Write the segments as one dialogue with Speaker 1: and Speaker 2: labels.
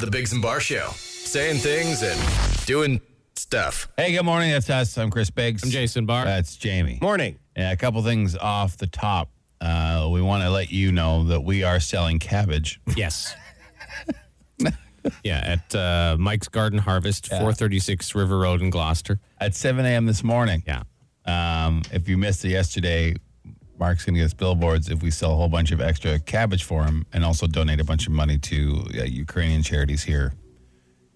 Speaker 1: The Biggs and Bar Show. Saying things and doing stuff.
Speaker 2: Hey, good morning. That's us. I'm Chris Biggs.
Speaker 3: I'm Jason Barr.
Speaker 2: That's Jamie.
Speaker 3: Morning.
Speaker 2: Yeah, a couple things off the top. Uh, we want to let you know that we are selling cabbage.
Speaker 3: Yes. yeah, at uh, Mike's Garden Harvest, 436 River Road in Gloucester.
Speaker 2: at 7 a.m. this morning.
Speaker 3: Yeah.
Speaker 2: Um, if you missed it yesterday, Mark's going to get us billboards if we sell a whole bunch of extra cabbage for him and also donate a bunch of money to uh, Ukrainian charities here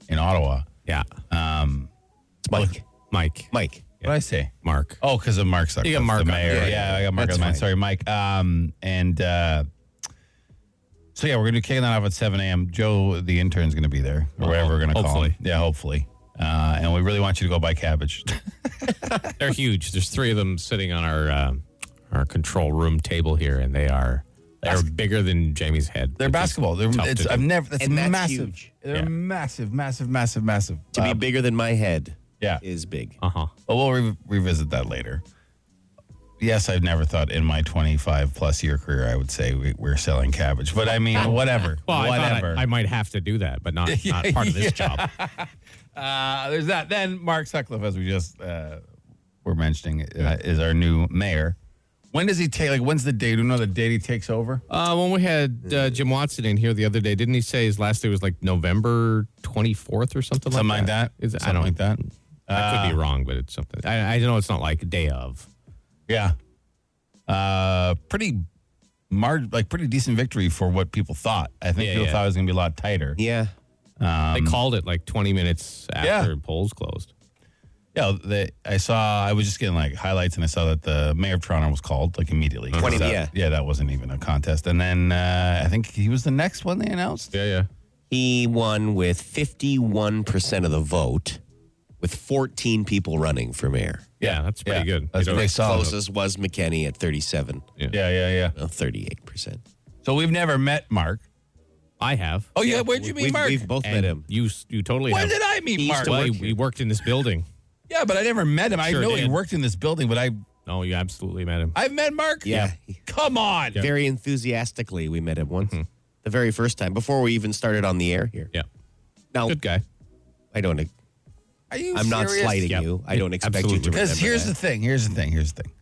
Speaker 2: in Ottawa.
Speaker 3: Yeah.
Speaker 4: It's Mike.
Speaker 3: Mike.
Speaker 4: Mike.
Speaker 2: What did I say?
Speaker 3: Mark.
Speaker 2: Oh, because of Mark Zuckerberg.
Speaker 3: You got Mark
Speaker 2: the
Speaker 3: on-
Speaker 2: mayor.
Speaker 3: yeah,
Speaker 2: Yeah, I got Mark
Speaker 4: That's
Speaker 2: on mine.
Speaker 4: fine.
Speaker 2: Sorry, Mike. Um, and uh, so, yeah, we're going to be kicking that off at 7 a.m. Joe, the intern's going to be there, or whatever we're going to call him.
Speaker 3: hopefully.
Speaker 2: Yeah, hopefully. Uh, and we really want you to go buy cabbage.
Speaker 3: They're huge. There's three of them sitting on our um our control room table here, and they are they're bigger than Jamie's head.
Speaker 2: They're
Speaker 3: which is
Speaker 2: basketball. They're,
Speaker 3: tough to
Speaker 2: it's,
Speaker 3: do.
Speaker 2: I've never. That's
Speaker 4: And that's
Speaker 2: massive.
Speaker 4: huge.
Speaker 2: They're
Speaker 3: Yeah.
Speaker 2: massive, massive, massive, massive. Uh,
Speaker 4: To
Speaker 3: Uh,
Speaker 4: be bigger than my head
Speaker 2: yeah.
Speaker 4: is big.
Speaker 3: uh-huh.
Speaker 2: Well, we'll re- revisit that later. Yes, I've never thought in my 25 plus year career I would say we, we're selling cabbage, but I mean, whatever.
Speaker 3: Well, I thought
Speaker 2: whatever.
Speaker 3: I, I might have to do that, but not not part of this job.
Speaker 2: Uh, there's that. Then Mark Sutcliffe, as we just uh, were mentioning, uh, is our new mayor. When does he take? Like, when's the date? Do you know the date he takes over?
Speaker 3: Uh, when we had uh, Jim Watson in here the other day, didn't he say his last day was like November 24th or something,
Speaker 2: Something
Speaker 3: like
Speaker 2: like that.
Speaker 3: Is it- I
Speaker 2: Something like that.
Speaker 3: don't
Speaker 2: Uh,
Speaker 3: I could be wrong, but it's something. I, I know it's not like day of.
Speaker 2: Yeah. Uh, pretty, mar- like pretty decent victory for what people thought. I think
Speaker 3: Yeah,
Speaker 2: people
Speaker 3: yeah.
Speaker 2: thought it was going to be a lot tighter.
Speaker 4: Yeah.
Speaker 3: they called it like 20 minutes after
Speaker 2: Um, Yeah.
Speaker 3: polls closed.
Speaker 2: Yeah, they, I saw. I was just getting like highlights, and I saw that the mayor of Toronto was called like immediately.
Speaker 4: 20,
Speaker 2: That-
Speaker 4: yeah.
Speaker 2: yeah, that wasn't even a contest. And then uh, I think he was the next one they announced.
Speaker 3: Yeah, yeah.
Speaker 4: He won with 51% of the vote with 14 people running for mayor.
Speaker 3: Yeah, that's pretty
Speaker 2: Yeah.
Speaker 3: good.
Speaker 2: That's
Speaker 3: You know,
Speaker 2: pretty solid.
Speaker 4: Closest was McKenny at 37,
Speaker 2: Yeah, yeah, yeah.
Speaker 4: no, 38%.
Speaker 2: So we've never met Mark.
Speaker 3: I have.
Speaker 2: Oh yeah, where'd you meet
Speaker 4: we've,
Speaker 2: Mark?
Speaker 4: We've both met
Speaker 3: And
Speaker 4: him.
Speaker 3: You s- you totally
Speaker 2: when
Speaker 3: have.
Speaker 2: did I meet Mark?
Speaker 3: Well, he, he worked in this building.
Speaker 2: yeah, but I never met him. I
Speaker 3: Sure
Speaker 2: know he
Speaker 3: did.
Speaker 2: worked in this building, but I
Speaker 3: No, you absolutely met him.
Speaker 2: I've met Mark.
Speaker 4: Yeah.
Speaker 2: come on.
Speaker 4: Very enthusiastically, we met him once. The very first time, before we even started on the air here.
Speaker 3: Mm-hmm. yeah.
Speaker 4: Now,
Speaker 3: Good guy.
Speaker 4: I don't e,
Speaker 2: Are you?
Speaker 4: I'm not sliding
Speaker 3: Yeah.
Speaker 4: you. I don't expect you
Speaker 3: Absolutely.
Speaker 4: to
Speaker 2: Because
Speaker 4: remember
Speaker 2: here's
Speaker 4: that.
Speaker 2: the thing. Here's the thing. Here's the thing.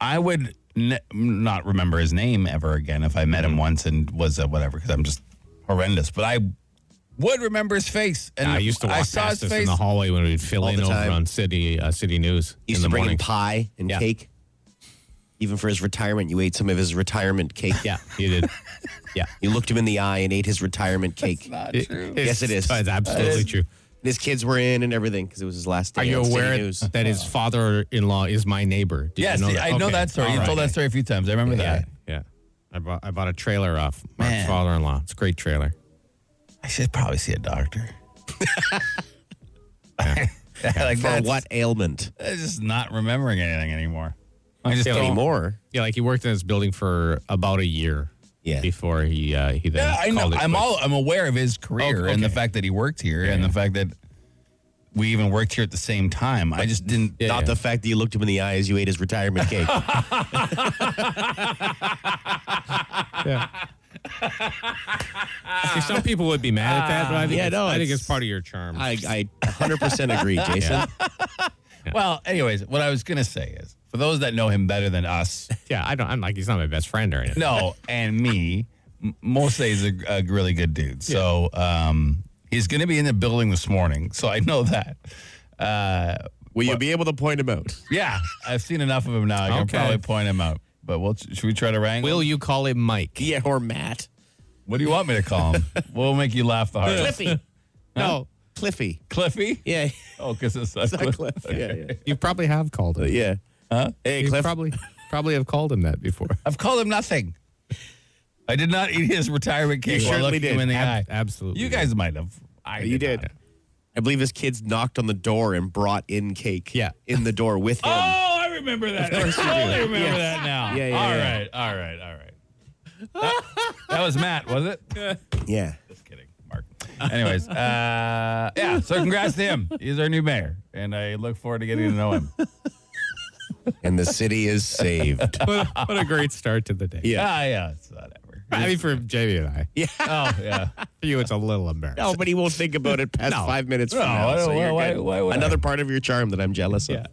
Speaker 2: I would n- not remember his name ever again if I
Speaker 3: Mm-hmm.
Speaker 2: met him once and was a whatever. Because I'm just horrendous. But I would remember his face. And
Speaker 3: I used to walk
Speaker 2: I saw
Speaker 3: past
Speaker 2: his
Speaker 3: us
Speaker 2: face.
Speaker 3: in the hallway when we'd fill
Speaker 4: All
Speaker 3: in
Speaker 4: the
Speaker 3: over
Speaker 4: time.
Speaker 3: on City uh, City News
Speaker 4: You
Speaker 3: in
Speaker 4: used
Speaker 3: the
Speaker 4: to bring
Speaker 3: morning.
Speaker 4: him pie and
Speaker 3: Yeah.
Speaker 4: cake. Even for his retirement, you ate some of his retirement cake.
Speaker 3: Yeah, he did. yeah,
Speaker 4: You looked him in the eye and ate his retirement cake.
Speaker 3: It-
Speaker 4: Yes, it is.
Speaker 3: It's absolutely true.
Speaker 4: And his kids were in and everything because it was his last day.
Speaker 3: Are you
Speaker 4: on City
Speaker 3: aware
Speaker 4: News.
Speaker 3: that his father-in-law is my neighbor? Did you
Speaker 2: Uh. yes,
Speaker 3: know that?
Speaker 2: I know
Speaker 3: Okay.
Speaker 2: that story.
Speaker 3: All
Speaker 2: You
Speaker 3: right.
Speaker 2: told that story a few times. I remember
Speaker 3: Yeah,
Speaker 2: that.
Speaker 3: yeah. I bought I bought a trailer off Mark's
Speaker 2: Man.
Speaker 3: father-in-law. It's a great trailer.
Speaker 2: I should probably see a doctor. like
Speaker 4: For
Speaker 2: that's-
Speaker 4: what ailment?
Speaker 2: I'm just not remembering anything anymore. I just
Speaker 3: Yeah,
Speaker 2: don't.
Speaker 4: Anymore?
Speaker 3: Yeah, like he worked in this building for about a year.
Speaker 4: Yeah.
Speaker 3: Before he uh, he then
Speaker 2: Yeah, I know.
Speaker 3: called it
Speaker 2: I'm
Speaker 3: quits.
Speaker 2: all. I'm aware of his career
Speaker 3: Oh,
Speaker 2: and the
Speaker 3: okay.
Speaker 2: fact that he worked here and the fact that we even worked here at the same time. I just didn't.
Speaker 3: Yeah,
Speaker 4: Not
Speaker 3: yeah.
Speaker 4: the fact that you looked him in the eye as you ate his retirement cake.
Speaker 3: See, some people would be mad at that, but I think,
Speaker 4: Ah, Yeah,
Speaker 3: it's,
Speaker 4: no,
Speaker 3: I think
Speaker 4: it's-
Speaker 3: it's part of your charm.
Speaker 4: I, I 100% agree, Jason.
Speaker 2: Well, anyways, what I was gonna say is, for those that know him better than us,
Speaker 3: yeah, I don't. I'm like he's not my best friend or anything.
Speaker 2: no, and me, M- Morse is a, a really good dude. So um, he's gonna be in the building this morning. So I know that. Uh,
Speaker 4: Will you be able to point him out?
Speaker 2: yeah, I've seen enough of him now. I can
Speaker 3: Okay.
Speaker 2: probably point him out. But we'll, should we try to wrangle?
Speaker 3: Will you call him Mike?
Speaker 4: Yeah, or Matt.
Speaker 2: what do you want me to call him? we'll make you laugh the hardest.
Speaker 4: Cliffy.
Speaker 3: No,
Speaker 4: Cliffy.
Speaker 2: Cliffy?
Speaker 4: Yeah.
Speaker 2: Oh, because it's not
Speaker 4: Not Cliff. Yeah, yeah.
Speaker 3: you probably have called him.
Speaker 4: Yeah. Huh? Hey,
Speaker 3: You
Speaker 4: Cliff.
Speaker 3: probably probably have called him that before.
Speaker 2: I've called him nothing. I did not eat his retirement cake.
Speaker 4: You
Speaker 2: while
Speaker 4: certainly
Speaker 2: looking him
Speaker 4: did.
Speaker 2: in the
Speaker 3: Ab-
Speaker 2: eye.
Speaker 3: absolutely.
Speaker 2: You guys might have. I
Speaker 4: you
Speaker 2: did.
Speaker 4: did. I believe his kids knocked on the door and brought in cake.
Speaker 3: Yeah.
Speaker 4: In the door with
Speaker 2: Oh,
Speaker 4: him.
Speaker 2: I remember that. I totally remember that now.
Speaker 4: Yeah, yeah,
Speaker 2: All
Speaker 4: yeah.
Speaker 2: right, all right, all right. That, that was Matt, was it?
Speaker 4: Yeah.
Speaker 2: Just kidding, Mark. Anyways, uh, yeah. So congrats to him. He's our new mayor, and I look forward to getting to know him.
Speaker 4: And the city is saved.
Speaker 3: what, a, what a great start to the day.
Speaker 4: Yeah.
Speaker 2: Ah, yeah, it's whatever.
Speaker 3: I mean, for Jamie and I.
Speaker 4: Yeah.
Speaker 3: Oh, yeah. For you, it's a little embarrassing.
Speaker 4: No, but he won't think about it past
Speaker 3: No.
Speaker 4: five minutes from
Speaker 2: No,
Speaker 4: now.
Speaker 2: why-
Speaker 4: so you're
Speaker 2: why-
Speaker 4: good.
Speaker 2: why would I?
Speaker 4: Another part of your charm that I'm jealous of.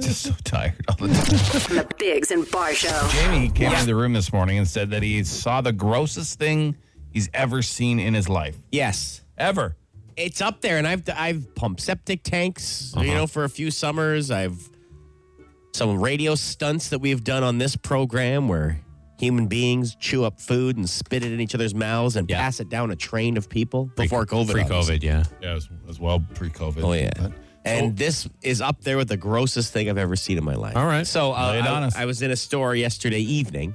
Speaker 2: Just so tired all the time.
Speaker 5: From the Bigs and Bar Show.
Speaker 2: Jamie came into the room this morning and said that he saw the grossest thing he's ever seen in his life.
Speaker 4: Yes.
Speaker 2: Ever.
Speaker 4: It's up there, and I've I've pumped septic tanks, you know, for a few summers. I've some radio stunts that we've done on this program where human beings chew up food and spit it in each other's mouths and
Speaker 3: Yeah.
Speaker 4: pass it down a train of people before COVID.
Speaker 3: Pre
Speaker 4: obviously.
Speaker 3: COVID, yeah.
Speaker 2: Yeah, as, as well pre COVID.
Speaker 4: Oh yeah. and this is up there with the grossest thing I've ever seen in my life.
Speaker 3: All right.
Speaker 4: So uh,
Speaker 2: Lay it on
Speaker 4: I,
Speaker 2: us.
Speaker 4: I was in a store yesterday evening,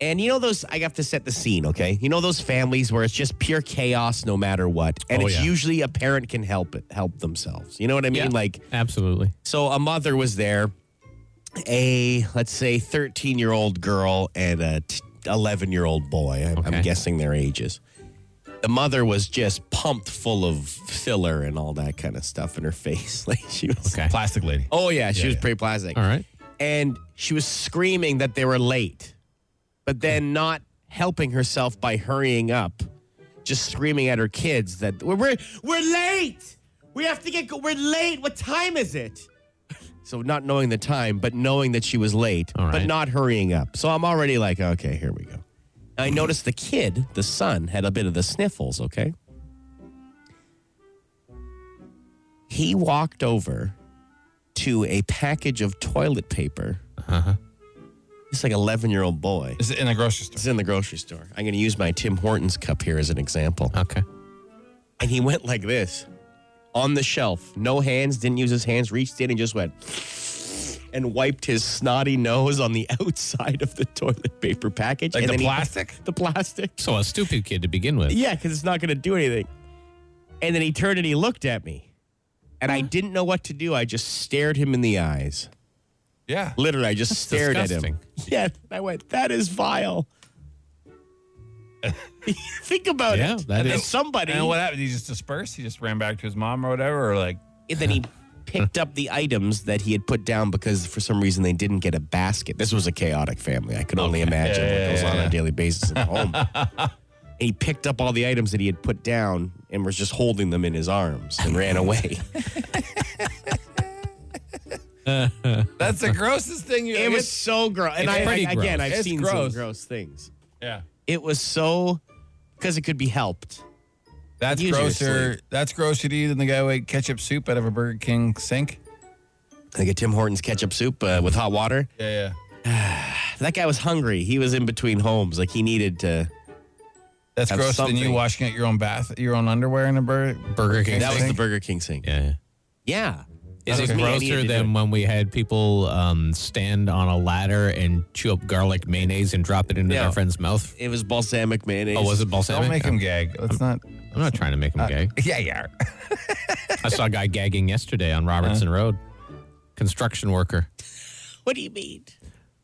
Speaker 4: and you know those. I have to set the scene, okay? You know those families where it's just pure chaos no matter what, and
Speaker 3: Oh,
Speaker 4: it's
Speaker 3: yeah.
Speaker 4: usually a parent can help it help themselves. You know what I mean?
Speaker 3: Yeah.
Speaker 4: Like
Speaker 3: Absolutely.
Speaker 4: so a mother was there, a let's say 13 year old girl and a 11 year old boy. I'm,
Speaker 3: Okay.
Speaker 4: I'm guessing their ages. The mother was just pumped full of filler and all that kind of stuff in her face. Like she was.
Speaker 3: Okay.
Speaker 2: Plastic lady.
Speaker 4: Oh yeah, she was
Speaker 2: yeah.
Speaker 4: pretty plastic.
Speaker 3: All right.
Speaker 4: And she was screaming that they were late, but
Speaker 3: Hmm.
Speaker 4: then not helping herself by hurrying up, just screaming at her kids that we're we're, we're late. We have to get go- we're late. What time is it? So not knowing the time, but knowing that she was late,
Speaker 3: All
Speaker 4: but
Speaker 3: right.
Speaker 4: not hurrying up. So I'm already like, okay, here we go. I noticed the kid, the son, had a bit of the sniffles, okay? He walked over to a package of toilet paper. Uh-huh. It's like 11 year old boy.
Speaker 2: Is it in a grocery store?
Speaker 4: It's in the grocery store. I'm going to use my Tim Hortons cup here as an example.
Speaker 3: Okay.
Speaker 4: And he went like this on the shelf, no hands, didn't use his hands, reached in and just went and wiped his snotty nose on the outside of the toilet paper package.
Speaker 2: Like
Speaker 4: and
Speaker 2: the
Speaker 4: then he-
Speaker 2: plastic?
Speaker 4: the plastic.
Speaker 3: So a stupid kid to begin with.
Speaker 4: Yeah, because it's not going to do anything. And then he turned and he looked at me. And I didn't know what to do. I just stared him in the eyes.
Speaker 2: Yeah.
Speaker 4: Literally, I just stared
Speaker 3: disgusting.
Speaker 4: at him. Yeah. I went, that is vile. Think about
Speaker 3: Yeah,
Speaker 4: it.
Speaker 3: that
Speaker 4: and then
Speaker 3: is-
Speaker 4: somebody.
Speaker 2: And what happened? He just dispersed? He just ran back to his mom or whatever? Or like,
Speaker 4: And then he picked up the items that he had put down because for some reason they didn't get a basket. This was a chaotic family. I could only imagine
Speaker 2: Yeah, yeah,
Speaker 4: what goes
Speaker 2: yeah,
Speaker 4: on on
Speaker 2: yeah.
Speaker 4: a daily basis at home. and he picked up all the items that he had put down and was just holding them in his arms and ran away.
Speaker 2: that's the grossest thing you
Speaker 4: it was so gross. And
Speaker 3: It's
Speaker 4: I, I-
Speaker 3: pretty
Speaker 4: again,
Speaker 3: gross.
Speaker 4: I've
Speaker 2: It's
Speaker 4: seen some
Speaker 2: gross.
Speaker 4: gross things.
Speaker 2: Yeah.
Speaker 4: It was so because it could be helped.
Speaker 2: That's
Speaker 4: Use your
Speaker 2: grosser.
Speaker 4: sleeve.
Speaker 2: That's grosser to you than the guy who ate ketchup soup out of a Burger King sink.
Speaker 4: Like a Tim Hortons ketchup soup uh, with hot water.
Speaker 2: Yeah, yeah.
Speaker 4: That guy was hungry. He was in between homes. Like he needed to.
Speaker 2: That's
Speaker 4: Have
Speaker 2: grosser than you
Speaker 4: something.
Speaker 2: washing out your own bath, your own underwear in a Burger Burger King.
Speaker 4: That was the
Speaker 2: sink.
Speaker 4: Burger King sink.
Speaker 3: Yeah.
Speaker 4: Yeah.
Speaker 3: Is
Speaker 4: That
Speaker 3: it
Speaker 4: was me. I needed
Speaker 3: grosser
Speaker 4: to do it.
Speaker 3: than when we had people um, stand on a ladder and chew up garlic mayonnaise and drop it into
Speaker 4: Yeah.
Speaker 3: their friend's mouth?
Speaker 4: It was balsamic mayonnaise.
Speaker 3: Oh, was it balsamic?
Speaker 2: Don't make him gag. Let's not.
Speaker 3: I'm not trying to make him gag.
Speaker 2: Yeah, yeah.
Speaker 3: I saw a guy gagging yesterday on Robertson Road, construction worker.
Speaker 4: What do you mean?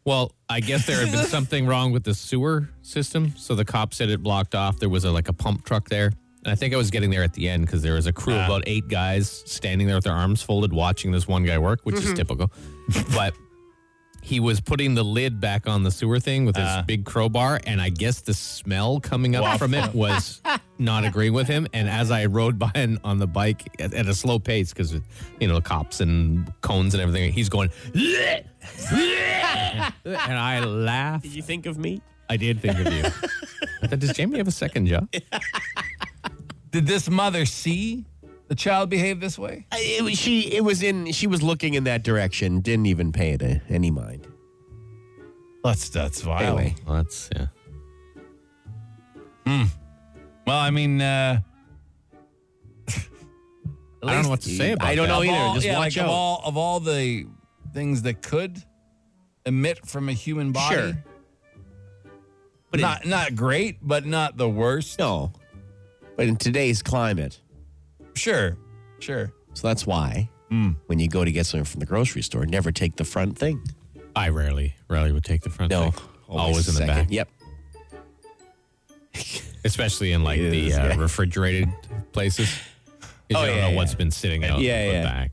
Speaker 3: Well, I guess there had been something wrong with the sewer system, so the cop said it blocked off. There was a, like a pump truck there, and I think I was getting there at the end because there was a crew of about eight guys standing there with their arms folded, watching this one guy work, which is typical. but he was putting the lid back on the sewer thing with his big crowbar, and I guess the smell coming up from it was not agreeing with him. And as I rode by on, on the bike at, at a slow pace, because you know cops and cones and everything, he's going. "Bleh! Bleh!" and I laughed.
Speaker 4: Did you think of me?
Speaker 3: I did think of you. I thought, Does Jamie have a second job?
Speaker 2: Did this mother see the child behave this way?
Speaker 4: I- It was, she it was in she was looking in that direction, didn't even pay it a- any mind.
Speaker 2: That's that's vile.
Speaker 4: Anyway,
Speaker 3: Well, that's yeah.
Speaker 2: Well, I mean, uh,
Speaker 3: I don't know what to say about.
Speaker 4: I don't
Speaker 3: that.
Speaker 4: know
Speaker 2: of
Speaker 4: either.
Speaker 2: all-
Speaker 4: Just
Speaker 2: yeah,
Speaker 4: watch
Speaker 2: like
Speaker 4: out.
Speaker 2: Of all, of all the things that could emit from a human body,
Speaker 4: Sure.
Speaker 2: but not not great, but not the worst.
Speaker 4: No. But in today's climate,
Speaker 2: Sure, sure.
Speaker 4: so that's why
Speaker 3: Hmm.
Speaker 4: when you go to get something from the grocery store, never take the front thing.
Speaker 3: I rarely, rarely would take the front.
Speaker 4: No.
Speaker 3: seat. always, in the
Speaker 4: second.
Speaker 3: back.
Speaker 4: Yep.
Speaker 3: especially in like
Speaker 4: Yeah,
Speaker 3: the
Speaker 4: this
Speaker 3: uh,
Speaker 4: guy.
Speaker 3: refrigerated places. 'Cause
Speaker 4: Oh,
Speaker 3: you don't
Speaker 4: yeah,
Speaker 3: know
Speaker 4: yeah.
Speaker 3: what's been sitting out
Speaker 4: Yeah,
Speaker 3: in the
Speaker 4: yeah.
Speaker 3: back.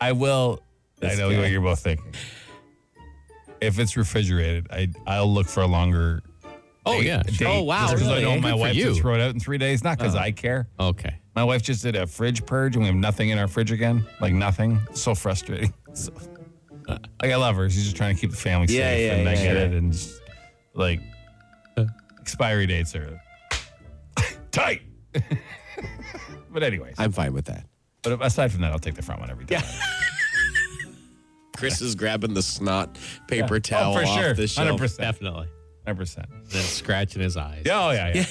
Speaker 2: I will.
Speaker 4: This
Speaker 2: I know
Speaker 4: guy.
Speaker 2: what you're both thinking. If it's refrigerated, I I'll look for a longer
Speaker 3: Oh, yeah.
Speaker 2: a date
Speaker 3: Oh, wow,
Speaker 2: Just because
Speaker 3: really?
Speaker 2: I know
Speaker 3: Good
Speaker 2: my
Speaker 3: for
Speaker 2: wife
Speaker 3: you. Uh-huh.
Speaker 2: to throw it out in three days, not because I care.
Speaker 3: Okay.
Speaker 2: My wife just did a fridge purge, and we have nothing in our fridge again. Like nothing. So frustrating. So, like I love her. She's just trying to keep the family
Speaker 4: Yeah,
Speaker 2: safe,
Speaker 4: yeah,
Speaker 2: and I
Speaker 4: yeah,
Speaker 2: get
Speaker 4: yeah.
Speaker 2: it. And just, like
Speaker 3: Uh.
Speaker 2: expiry dates are tight. but anyways,
Speaker 4: I'm fine with that.
Speaker 2: but aside from that, I'll take the front one every time.
Speaker 4: Chris is grabbing the snot paper towel
Speaker 2: Oh, for
Speaker 4: off
Speaker 2: sure,
Speaker 4: the
Speaker 2: hundred
Speaker 4: shelf.
Speaker 2: percent,
Speaker 3: Definitely.
Speaker 2: hundred percent.
Speaker 3: That scratch in his eyes.
Speaker 2: Yeah, oh, yeah, yeah.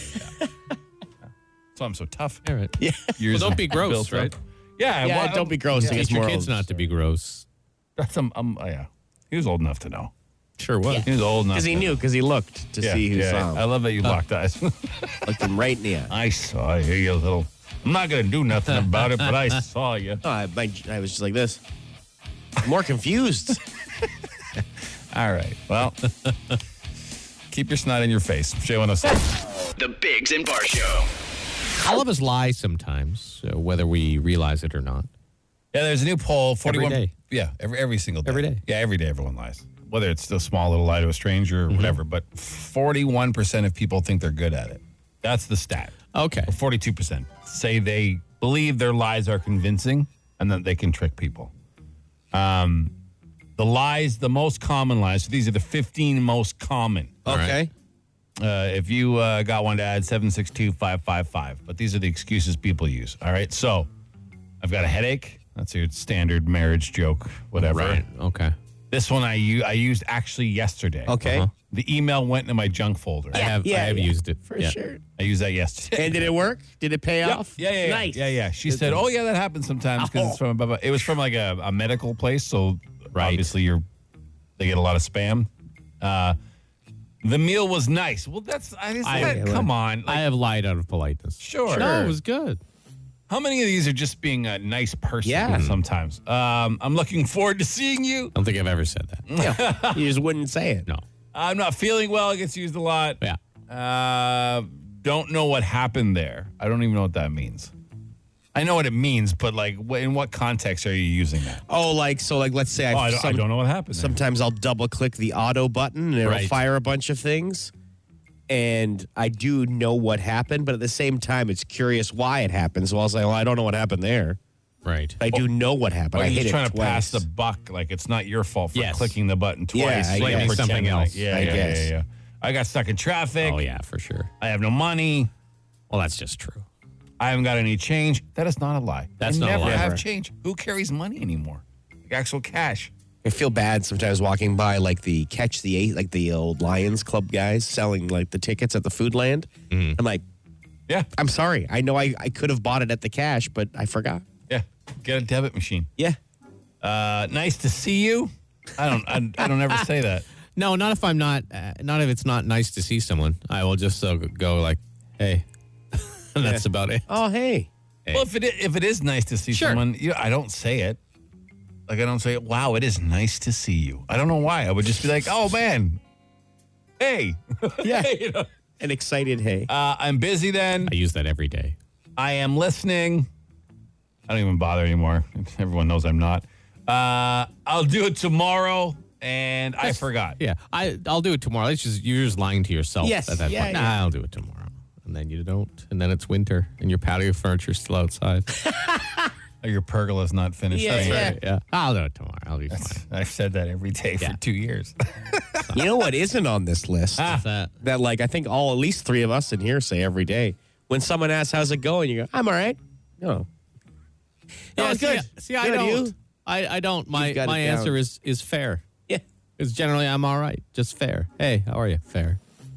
Speaker 2: yeah. That's why I'm so tough.
Speaker 3: All right.
Speaker 2: Years
Speaker 3: don't be
Speaker 2: of
Speaker 3: gross,
Speaker 2: built up.
Speaker 3: right?
Speaker 2: Yeah,
Speaker 4: Yeah,
Speaker 2: well,
Speaker 4: don't be gross.
Speaker 3: Teach
Speaker 4: Against
Speaker 3: your
Speaker 4: morals.
Speaker 3: kids not to be gross.
Speaker 2: That's um, um, oh, yeah. He was old enough to know.
Speaker 3: Sure was.
Speaker 2: He was old enough
Speaker 4: Because he
Speaker 2: to-
Speaker 4: knew, because he looked to see um, who saw him.
Speaker 2: I love that you locked eyes.
Speaker 4: Looked him right in the eye.
Speaker 2: I saw you, you little. I'm not gonna do nothing about it, but I saw you.
Speaker 4: Oh, I, my, I was just like this. More confused.
Speaker 2: All right. Well, keep your snot in your face. oh Shay 106.
Speaker 1: The Bigs and Bar Show.
Speaker 3: All of us lie sometimes, uh, whether we realize it or not.
Speaker 2: Yeah, there's a new poll. 41.
Speaker 3: day.
Speaker 2: Yeah, every every single day.
Speaker 3: Every day.
Speaker 2: Yeah, every day everyone lies. Whether it's a small little lie to a stranger or
Speaker 3: Mm-hmm.
Speaker 2: whatever, but 41% of people think they're good at it. That's the stat.
Speaker 3: Okay.
Speaker 2: 42% say they believe their lies are convincing and that they can trick people. Um, the lies, the most common lies, so these are the 15 most common.
Speaker 3: Oh, right.
Speaker 2: Uh, if you uh, got one to add, 762 555. But these are the excuses people use. All right. So I've got a headache. That's your standard marriage joke, whatever.
Speaker 3: Right. Okay.
Speaker 2: This one I, u- I used actually yesterday.
Speaker 4: Okay. Uh-huh.
Speaker 2: The email went into my junk folder.
Speaker 3: I have, I
Speaker 4: yeah,
Speaker 3: have
Speaker 4: yeah,
Speaker 3: used it.
Speaker 4: For
Speaker 3: Yeah.
Speaker 4: sure.
Speaker 2: I used that yesterday.
Speaker 4: And did it work? Did it pay off?
Speaker 2: Yeah, yeah, yeah.
Speaker 4: Nice. Oh.
Speaker 2: Yeah, yeah. She said, "Oh yeah, that happens sometimes because it's from above." It was from like a, a medical place, so
Speaker 3: Right.
Speaker 2: obviously you're they get a lot of spam. Uh, the meal was nice. Well, that's I just,
Speaker 3: I-
Speaker 2: that- come on. Like,
Speaker 3: I have lied out of politeness.
Speaker 2: Sure.
Speaker 3: No, it was good.
Speaker 2: how many of these are just being a nice person?
Speaker 4: Yeah. Hmm.
Speaker 2: sometimes. Um, I'm looking forward to seeing you.
Speaker 3: I don't think I've ever said that.
Speaker 4: Mm. yeah. You just wouldn't say it.
Speaker 3: No.
Speaker 2: I'm not feeling well. It gets used a lot.
Speaker 3: Yeah.
Speaker 2: Uh, don't know what happened there. I don't even know what that means. I know what it means, but like, wh- in what context are you using that?
Speaker 4: Oh, like so, like let's say I,
Speaker 2: Oh, I, don't, I
Speaker 4: some-
Speaker 2: don't know what happened. there.
Speaker 4: sometimes I'll double click the auto button and it'll
Speaker 3: Right.
Speaker 4: fire a bunch of things. And I do know what happened, but at the same time, it's curious why it happened. So I was like, well, I don't know what happened there.
Speaker 3: Right.
Speaker 4: But I do know what happened.
Speaker 2: Or
Speaker 4: I
Speaker 2: you're
Speaker 4: hit
Speaker 2: just
Speaker 4: it
Speaker 2: Oh. trying to
Speaker 4: twice.
Speaker 2: pass the buck. Like it's not your fault for
Speaker 3: Yes.
Speaker 2: clicking the button
Speaker 4: Yeah,
Speaker 2: twice.
Speaker 4: I
Speaker 2: like,
Speaker 4: guess.
Speaker 2: pretending
Speaker 3: Something
Speaker 2: like-
Speaker 3: else.
Speaker 2: yeah,
Speaker 4: I
Speaker 2: yeah,
Speaker 4: guess.
Speaker 2: yeah, yeah. I got stuck in traffic.
Speaker 3: Oh, yeah, for sure.
Speaker 2: I have no money.
Speaker 3: Well, that's just true.
Speaker 2: I haven't got any change. That is not a lie.
Speaker 3: That's
Speaker 2: I
Speaker 3: not a
Speaker 2: never
Speaker 3: lie.
Speaker 2: have
Speaker 3: Never.
Speaker 2: change. Who carries money anymore? Like actual cash.
Speaker 4: I feel bad sometimes walking by like the catch the eight, like the old Lions Club guys selling like the tickets at the Foodland. I'm like,
Speaker 2: Yeah,
Speaker 4: I'm sorry. I know I, I could have bought it at the cash, but I forgot.
Speaker 2: yeah. Get a debit machine.
Speaker 4: Yeah.
Speaker 2: Uh, nice to see you. I don't. I, I don't ever say that.
Speaker 3: No, not if I'm not, uh, not if it's not nice to see someone. I will just uh, go like, hey. and that's about it.
Speaker 4: Oh, hey.
Speaker 2: Well, if it i- if it is nice to see
Speaker 3: Sure.
Speaker 2: someone, you, I don't say it. Like I don't say, "Wow, it is nice to see you." I don't know why. I would just be like, "Oh man, hey,
Speaker 4: Yeah.
Speaker 2: You know?
Speaker 4: An excited hey.
Speaker 2: uh, I'm busy." Then
Speaker 3: I use that every day.
Speaker 2: I am listening. I don't even bother anymore. Everyone knows I'm not. Uh, I'll do it tomorrow, and I forgot.
Speaker 3: Yeah, I I'll do it tomorrow. It's just you're just lying to yourself
Speaker 4: Yes,
Speaker 3: at that
Speaker 4: yeah,
Speaker 3: point.
Speaker 4: yeah.
Speaker 3: Nah, I'll do it tomorrow, and then you don't, and then it's winter, and your patio furniture's still outside.
Speaker 2: Or Oh, Your pergola's not finished.
Speaker 4: Yeah,
Speaker 2: That's
Speaker 4: yeah.
Speaker 2: right.
Speaker 3: yeah, I'll do it tomorrow. I'll be fine.
Speaker 2: I've said that every day for
Speaker 3: Yeah.
Speaker 2: two years.
Speaker 4: you know what isn't on this list?
Speaker 3: Is that
Speaker 4: that like I think all at least three of us in here say every day. When someone asks how's it going, you go, I'm all right. No. No, it's
Speaker 3: see, uh,
Speaker 4: good.
Speaker 3: See, I
Speaker 4: Good,
Speaker 3: don't.
Speaker 4: you?
Speaker 3: I, I don't. My
Speaker 4: You've got it
Speaker 3: my
Speaker 4: down.
Speaker 3: answer is is fair.
Speaker 4: Yeah.
Speaker 3: It's generally I'm all right, just fair. Hey, how are you? Fair. And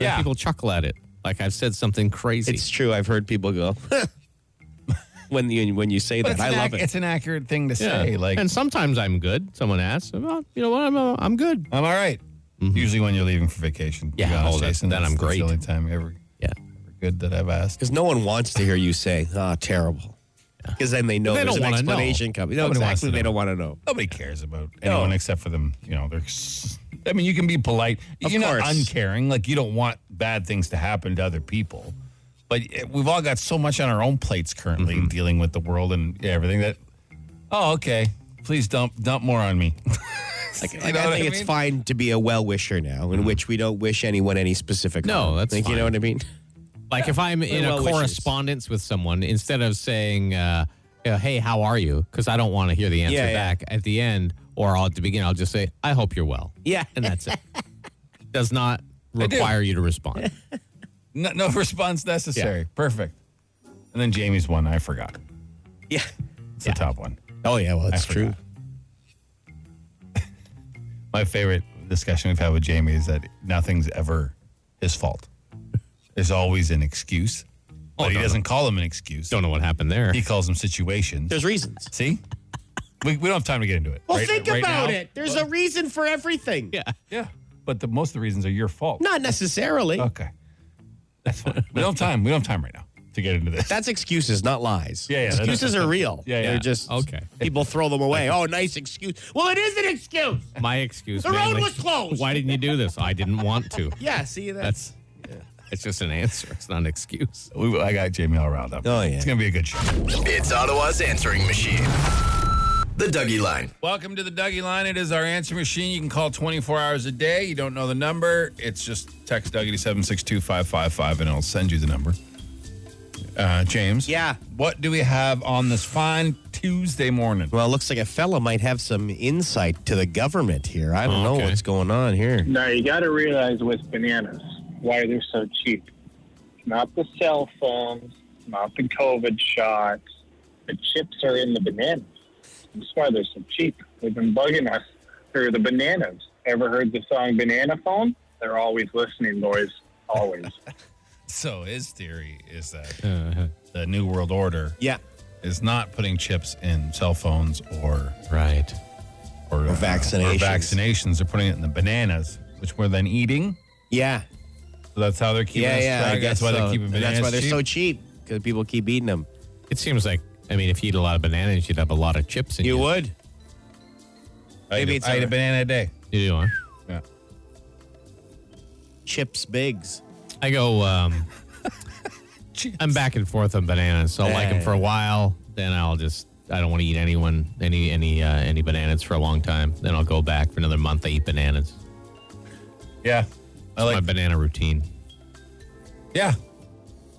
Speaker 2: Yeah.
Speaker 3: people chuckle at it like I've said something crazy.
Speaker 4: It's true. I've heard people go when you when you say
Speaker 2: But
Speaker 4: that.
Speaker 2: it's
Speaker 4: I
Speaker 2: an
Speaker 4: love
Speaker 2: ac-
Speaker 4: it.
Speaker 2: It's an accurate thing to
Speaker 3: yeah.
Speaker 2: say. Like,
Speaker 3: and sometimes I'm good. Someone asks, well, you know what? I'm uh, I'm good.
Speaker 2: I'm all right. Usually when you're leaving for vacation. to
Speaker 3: Mm-hmm. Yeah,
Speaker 2: be honest,
Speaker 3: oh, that-
Speaker 2: Jason,
Speaker 3: then
Speaker 2: that's-
Speaker 3: I'm
Speaker 2: that's
Speaker 3: great.
Speaker 2: The only time ever,
Speaker 3: Yeah.
Speaker 2: ever good that I've asked.
Speaker 4: Because no one wants to hear you say, "Ah, terrible." Because then they know
Speaker 3: They
Speaker 4: there's
Speaker 3: don't
Speaker 4: an
Speaker 3: wanna know.
Speaker 4: explanation coming. No,
Speaker 2: Nobody wants
Speaker 4: exactly.
Speaker 2: to
Speaker 4: They
Speaker 2: know.
Speaker 4: don't want to know.
Speaker 2: Nobody cares about anyone except for them. You know, they're. s- I mean, you can be polite. you're not
Speaker 4: course.
Speaker 2: uncaring. Like you don't want bad things to happen to other people. But eh, we've all got so much on our own plates currently,
Speaker 4: Mm-hmm.
Speaker 2: dealing with the world and everything. That oh, okay. Please dump dump more on me.
Speaker 4: Like,
Speaker 2: You
Speaker 4: like,
Speaker 2: know
Speaker 4: I
Speaker 2: what
Speaker 4: think
Speaker 2: I
Speaker 4: it's
Speaker 2: mean?
Speaker 4: fine to be a well wisher now, in which we don't wish anyone any specific.
Speaker 3: No,
Speaker 4: harm.
Speaker 3: that's
Speaker 4: like, you
Speaker 3: fine.
Speaker 4: know what I mean.
Speaker 3: Like if I'm in a
Speaker 4: well-wishers.
Speaker 3: correspondence with someone, instead of saying, uh, uh, "Hey, how are you?" because I don't want to hear the answer
Speaker 4: Yeah, yeah.
Speaker 3: back at the end or at the beginning, I'll just say, "I hope you're well."
Speaker 4: Yeah.
Speaker 3: and that's it. Does not
Speaker 2: do.
Speaker 3: require you to respond.
Speaker 2: No, no response necessary. Perfect. And then Jamie's one. I forgot.
Speaker 4: Yeah.
Speaker 2: It's the top one.
Speaker 4: Oh yeah, well
Speaker 2: I
Speaker 4: that's true.
Speaker 2: forgot. My favorite discussion we've had with Jamie is that nothing's ever his fault. There's always an excuse, but he
Speaker 3: no,
Speaker 2: doesn't call him an excuse.
Speaker 3: Don't know what happened there.
Speaker 2: He calls them situations.
Speaker 4: There's reasons.
Speaker 2: See, we, we don't have time to get into it.
Speaker 4: Well,
Speaker 2: right-
Speaker 4: think
Speaker 2: right
Speaker 4: about
Speaker 2: now.
Speaker 4: it. There's a reason for everything. Yeah.
Speaker 2: Yeah, but the, most of the reasons are your fault.
Speaker 4: Not necessarily.
Speaker 2: Okay, that's fine. we don't have time. We don't have time right now to get into this.
Speaker 4: That's excuses, not lies.
Speaker 2: Yeah, yeah, that's-
Speaker 4: Excuses are real.
Speaker 2: Yeah, yeah.
Speaker 4: They're just
Speaker 3: Okay.
Speaker 4: People throw them away. Oh, nice excuse. Well, it is an excuse.
Speaker 3: My excuse.
Speaker 4: The road
Speaker 3: mainly,
Speaker 4: was closed.
Speaker 3: Why didn't you do this? I didn't want to.
Speaker 4: Yeah. See that.
Speaker 3: That's. It's just an answer. It's not an excuse.
Speaker 2: We- I got Jamie all round up.
Speaker 4: Oh, yeah.
Speaker 2: it's gonna be a good show.
Speaker 1: It's Ottawa's answering machine. The Dougie Line.
Speaker 2: Welcome to the Dougie Line. It is our answer machine. You can call 24 hours a day. You don't know the number. It's just text Dougie to 762-555 and it'll send you the number. Uh, James.
Speaker 4: Yeah.
Speaker 2: What do we have on this fine Tuesday morning?
Speaker 4: well, it looks like a fella might have some insight to the government here. I don't
Speaker 3: Oh,
Speaker 4: know
Speaker 3: okay.
Speaker 4: what's going on here.
Speaker 6: Now you got to realize with bananas why they're so cheap. Not the cell phones, not the COVID shots. The chips are in the bananas. That's why they're so cheap. They've been bugging us through the bananas. Ever heard the song Banana Phone? They're always listening, boys. Always.
Speaker 2: So his theory is that
Speaker 3: Uh,
Speaker 2: the New World Order
Speaker 4: Yeah.
Speaker 2: is not putting chips in cell phones or
Speaker 3: right.
Speaker 2: or, uh,
Speaker 4: vaccinations.
Speaker 2: Or vaccinations. They're putting it in the bananas, which we're then eating.
Speaker 4: Yeah.
Speaker 2: So that's how they're keeping
Speaker 4: yeah.
Speaker 2: us
Speaker 4: Yeah. I
Speaker 2: track.
Speaker 4: guess
Speaker 2: That's why
Speaker 4: so.
Speaker 2: they're keeping
Speaker 4: And
Speaker 2: bananas
Speaker 4: That's why they're
Speaker 2: cheap.
Speaker 4: so cheap because people keep eating them.
Speaker 3: It seems like. I mean, if you eat a lot of bananas, you'd have a lot of chips in you.
Speaker 2: I
Speaker 4: would.
Speaker 2: eat
Speaker 4: Maybe
Speaker 2: a-
Speaker 4: it's
Speaker 2: I eat a
Speaker 4: our-
Speaker 2: banana a day.
Speaker 3: You do, huh?
Speaker 2: Yeah.
Speaker 4: Chips Biggs.
Speaker 3: I go. Um, I'm back and forth on bananas. So I'll like them for a while, then I'll just. I don't want to eat anyone any any uh, any bananas for a long time. Then I'll go back for another month. I eat bananas.
Speaker 2: Yeah. I
Speaker 3: my
Speaker 2: like
Speaker 3: banana routine.
Speaker 2: Yeah.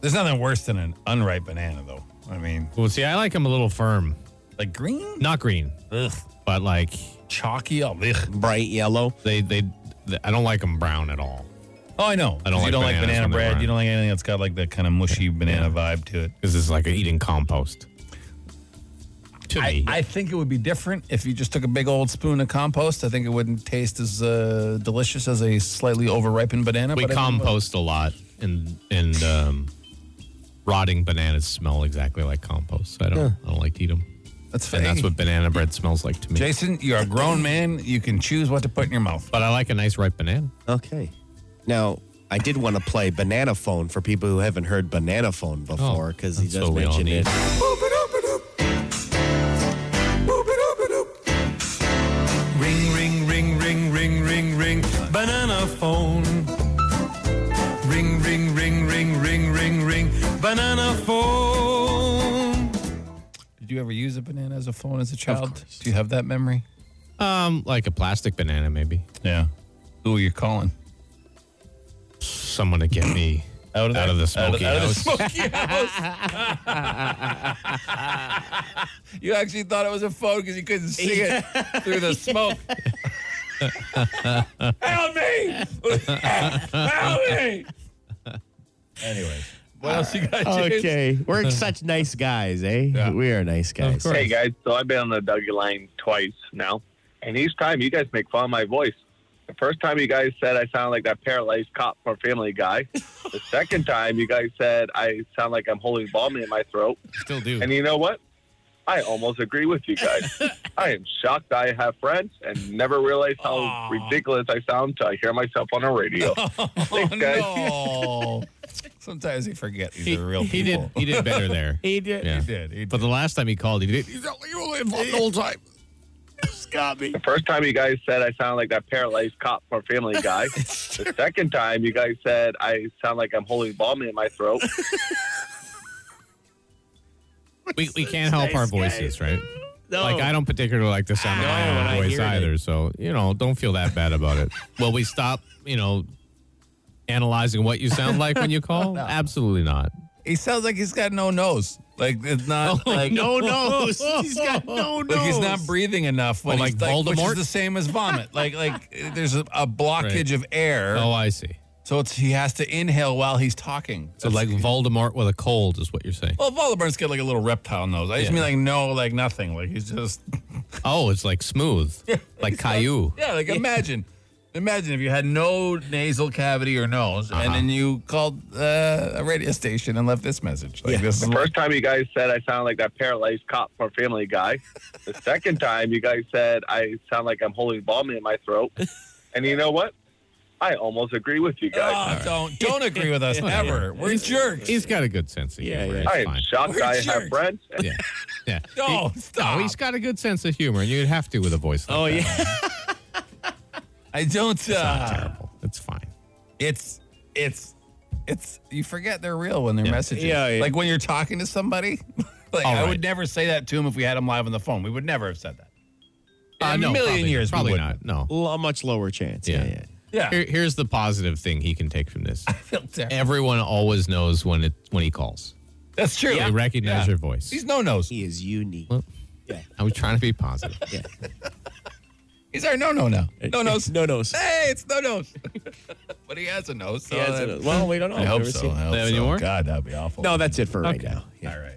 Speaker 2: There's nothing worse than an unripe banana though. I mean,
Speaker 3: Well, see, I like them a little firm,
Speaker 2: like green,
Speaker 3: not green,
Speaker 2: ugh,
Speaker 3: but like
Speaker 2: chalky, oh, ugh.
Speaker 4: Bright yellow.
Speaker 3: they they. they- I don't like them brown at all
Speaker 2: Oh, I know.
Speaker 3: I
Speaker 2: 'Cause you
Speaker 3: don't like
Speaker 2: don't like
Speaker 3: bananas
Speaker 2: banana
Speaker 3: when they're
Speaker 2: bread.
Speaker 3: ripe.
Speaker 2: You don't like anything that's got like that kind of mushy banana vibe to it.
Speaker 3: because it's like eating compost. To me,
Speaker 2: I think it would be different if you just took a big old spoon of compost. I think it wouldn't taste as uh, delicious as a slightly overripened banana.
Speaker 3: we
Speaker 2: but I think-
Speaker 3: compost a lot, and and um, rotting bananas smell exactly like compost. So I don't I don't like to eat them.
Speaker 2: That's fair.
Speaker 3: And that's what banana bread smells like to me.
Speaker 2: Jason, you're a grown man. You can choose what to put in your mouth.
Speaker 3: But I like a nice ripe banana.
Speaker 4: Okay. Now, I did want to play Banana Phone for people who haven't heard Banana Phone
Speaker 2: Oh,
Speaker 4: before because he
Speaker 3: that's
Speaker 4: does
Speaker 3: what we all
Speaker 4: mention it.
Speaker 3: need.
Speaker 7: Ring, ring, ring, ring, ring, ring, ring, banana phone. Ring, ring, ring, ring, ring, ring, ring, banana phone.
Speaker 2: Did you ever use a banana as a phone as a child? Do you have that memory?
Speaker 3: Um, like a plastic banana, maybe.
Speaker 2: Yeah. Who are you calling?
Speaker 3: Someone to get me out of,
Speaker 2: that-
Speaker 3: the
Speaker 2: out of
Speaker 3: smoky
Speaker 2: the- out of the
Speaker 3: house.
Speaker 2: You actually thought it was a phone because you couldn't see it through the smoke. Help me! Help me! Anyways, what else you got? James?
Speaker 4: Okay. We're such nice guys, eh?
Speaker 2: Yeah.
Speaker 4: We are nice guys.
Speaker 3: course.
Speaker 6: Hey guys, so I've been on the Dougie line twice now, and each time you guys make fun of my voice. The first time you guys said I sound like that paralyzed cop from Family Guy. The second time you guys said I sound like I'm holding vomit in my throat.
Speaker 3: Still do.
Speaker 6: And you know what? I almost agree with you guys. I am shocked I have friends and never realized how ridiculous I sound till I hear myself on the radio. Thanks, guys.
Speaker 2: Oh, no. Sometimes you forget these
Speaker 3: he,
Speaker 2: are real
Speaker 3: he did.
Speaker 2: people.
Speaker 3: He did better there.
Speaker 4: He did.
Speaker 3: Yeah.
Speaker 2: did. He
Speaker 3: But
Speaker 2: did.
Speaker 3: the last time he called, he did. He's like, "You only have one old time."
Speaker 6: The first time you guys said I sound like that paralyzed cop from Family Guy. the second time you guys said I sound like I'm holding vomit in my throat.
Speaker 3: We, we can't help our voices, right?
Speaker 4: No.
Speaker 3: Like I don't particularly like the sound of
Speaker 4: No,
Speaker 3: my
Speaker 4: I
Speaker 3: own voice
Speaker 4: hear it.
Speaker 3: either. So you know, don't feel that bad about it. Will we stop? You know, analyzing what you sound like when you call? Absolutely not.
Speaker 2: He sounds like he's got no nose. Like it's not
Speaker 3: Oh,
Speaker 2: like
Speaker 4: no nose. He's got no nose.
Speaker 2: Like he's not breathing enough when
Speaker 3: Oh,
Speaker 2: he's
Speaker 3: like
Speaker 2: like which
Speaker 3: Voldemort?
Speaker 2: is the same as vomit. like like there's a, a blockage
Speaker 3: Right.
Speaker 2: of air,
Speaker 3: Oh, I see.
Speaker 2: so it's he has to inhale while he's talking.
Speaker 3: So like Voldemort with a cold is what you're saying.
Speaker 2: well, Voldemort's got like a little reptile nose. I just
Speaker 3: Yeah.
Speaker 2: mean like no, like nothing. Like he's just
Speaker 3: Oh, it's like smooth, like Caillou.
Speaker 2: yeah. Like imagine, imagine if you had no nasal cavity or nose, and then you called uh, a radio station and left this message. Like this is
Speaker 8: The first time you guys said I sound like that paralyzed cop from Family Guy. The second time you guys said I sound like I'm holding vomit in my throat. And you know what? I almost agree with you guys.
Speaker 2: Oh, don't don't agree with us ever. We're jerks.
Speaker 3: He's got a good sense of humor.
Speaker 4: Yeah, yeah.
Speaker 3: It's
Speaker 8: I am
Speaker 3: fine.
Speaker 8: shocked
Speaker 2: We're
Speaker 8: I
Speaker 2: jerks.
Speaker 8: have friends.
Speaker 3: Yeah, yeah.
Speaker 2: No, stop.
Speaker 3: No, he's got a good sense of humor, and you'd have to with a voice like
Speaker 4: Oh
Speaker 3: that.
Speaker 4: yeah.
Speaker 2: I don't.
Speaker 3: Not
Speaker 2: Uh,
Speaker 3: terrible. It's fine.
Speaker 2: it's it's it's you forget they're real when they're messages.
Speaker 4: Yeah, yeah.
Speaker 2: Like when you're talking to somebody. Like
Speaker 3: All
Speaker 2: I
Speaker 3: right.
Speaker 2: would never say that to him if we had him live on the phone. We would never have said that.
Speaker 3: Uh,
Speaker 2: In
Speaker 3: no,
Speaker 2: a million
Speaker 3: probably,
Speaker 2: years, we
Speaker 3: probably
Speaker 2: wouldn't.
Speaker 3: not. No.
Speaker 4: A much lower chance.
Speaker 3: Yeah.
Speaker 4: Yeah. yeah.
Speaker 2: Yeah,
Speaker 3: Here, here's the positive thing he can take from this.
Speaker 2: felt terrible.
Speaker 3: Everyone always knows when it when he calls.
Speaker 2: That's true.
Speaker 3: They recognize
Speaker 2: Yeah.
Speaker 3: your voice.
Speaker 2: He's no nose.
Speaker 4: He is unique.
Speaker 3: Well,
Speaker 4: Yeah.
Speaker 3: I was trying to be positive.
Speaker 2: He's our no no now. No nose.
Speaker 4: No nose.
Speaker 2: Hey, it's no nose. but he has a nose. So
Speaker 4: He has a
Speaker 2: that-
Speaker 4: nose. uh, Well, we don't know.
Speaker 2: I
Speaker 4: I've
Speaker 2: hope
Speaker 4: never
Speaker 2: so.
Speaker 4: seen
Speaker 2: I
Speaker 4: it.
Speaker 2: hope
Speaker 3: Have
Speaker 2: so.
Speaker 3: any more?
Speaker 2: God, that'd be awful.
Speaker 4: No, that's it for right
Speaker 3: Okay.
Speaker 4: now. Yeah.
Speaker 2: all right.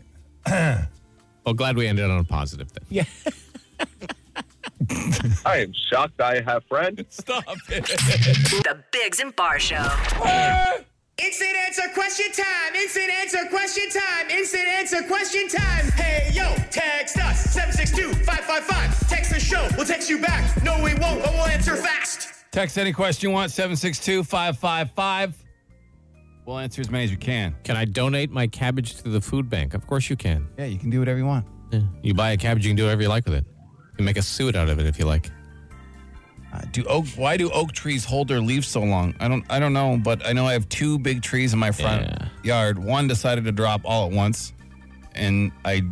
Speaker 3: Well, glad we ended on a positive thing.
Speaker 4: Yeah.
Speaker 8: I am shocked I have friends.
Speaker 2: Stop it.
Speaker 5: The Bigs and Bar Show.
Speaker 9: Instant answer question time. Instant answer question time. Instant answer question time. Hey, yo, text us 762 555. Text the show. We'll text you back. No, we won't, but we'll answer fast.
Speaker 2: Text any question you want, 762 555. We'll answer as many as we can.
Speaker 3: Can I donate my cabbage to the food bank? Of course you can.
Speaker 2: Yeah, you can do whatever you want.
Speaker 3: Yeah. You buy a cabbage, you can do whatever you like with it. You can make a suit out of it if you like.
Speaker 2: Uh, do oak? Why do oak trees hold their leaves so long? I don't. I don't know, but I know I have two big trees in my front
Speaker 3: Yeah.
Speaker 2: yard. One decided to drop all at once, and I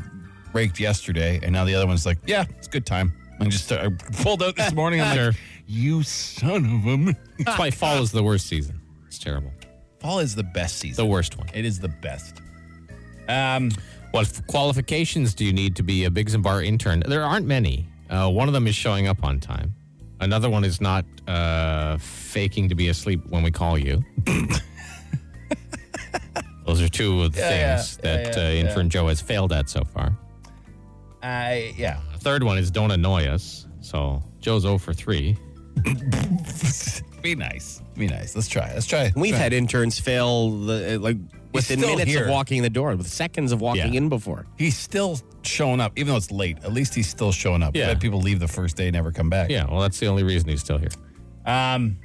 Speaker 2: raked yesterday, and now the other one's like, "Yeah, it's good time." I just uh, I pulled out this morning. I'm like, "You son of a!" m-"
Speaker 3: That's why fall is the worst season. It's terrible.
Speaker 2: Fall is the best
Speaker 3: The
Speaker 2: season.
Speaker 3: worst one.
Speaker 2: it is the best. Um,
Speaker 3: What f- qualifications do you need to be a Biggs and Bar intern? There aren't many. Uh, one of them is showing up on time. Another one is not uh, faking to be asleep when we call you. Those are two of the
Speaker 2: Yeah,
Speaker 3: things
Speaker 2: yeah, yeah,
Speaker 3: that
Speaker 2: yeah,
Speaker 3: uh,
Speaker 2: yeah.
Speaker 3: intern Joe has failed at so far.
Speaker 2: I yeah.
Speaker 3: A third one is don't annoy us. So Joe's 0 for 3.
Speaker 2: Be nice. Be nice. Let's try. it. Let's try. it.
Speaker 4: We've
Speaker 2: Try it.
Speaker 4: had interns fail the, uh, like within
Speaker 2: still
Speaker 4: minutes
Speaker 2: here.
Speaker 4: of walking the door, with seconds of walking
Speaker 3: Yeah.
Speaker 4: in before.
Speaker 2: He's still showing up, even though it's late. At least he's still showing up.
Speaker 3: Yeah.
Speaker 2: I bet people leave the first day and never come back.
Speaker 3: Yeah, well, that's the only reason he's still here.
Speaker 2: Um,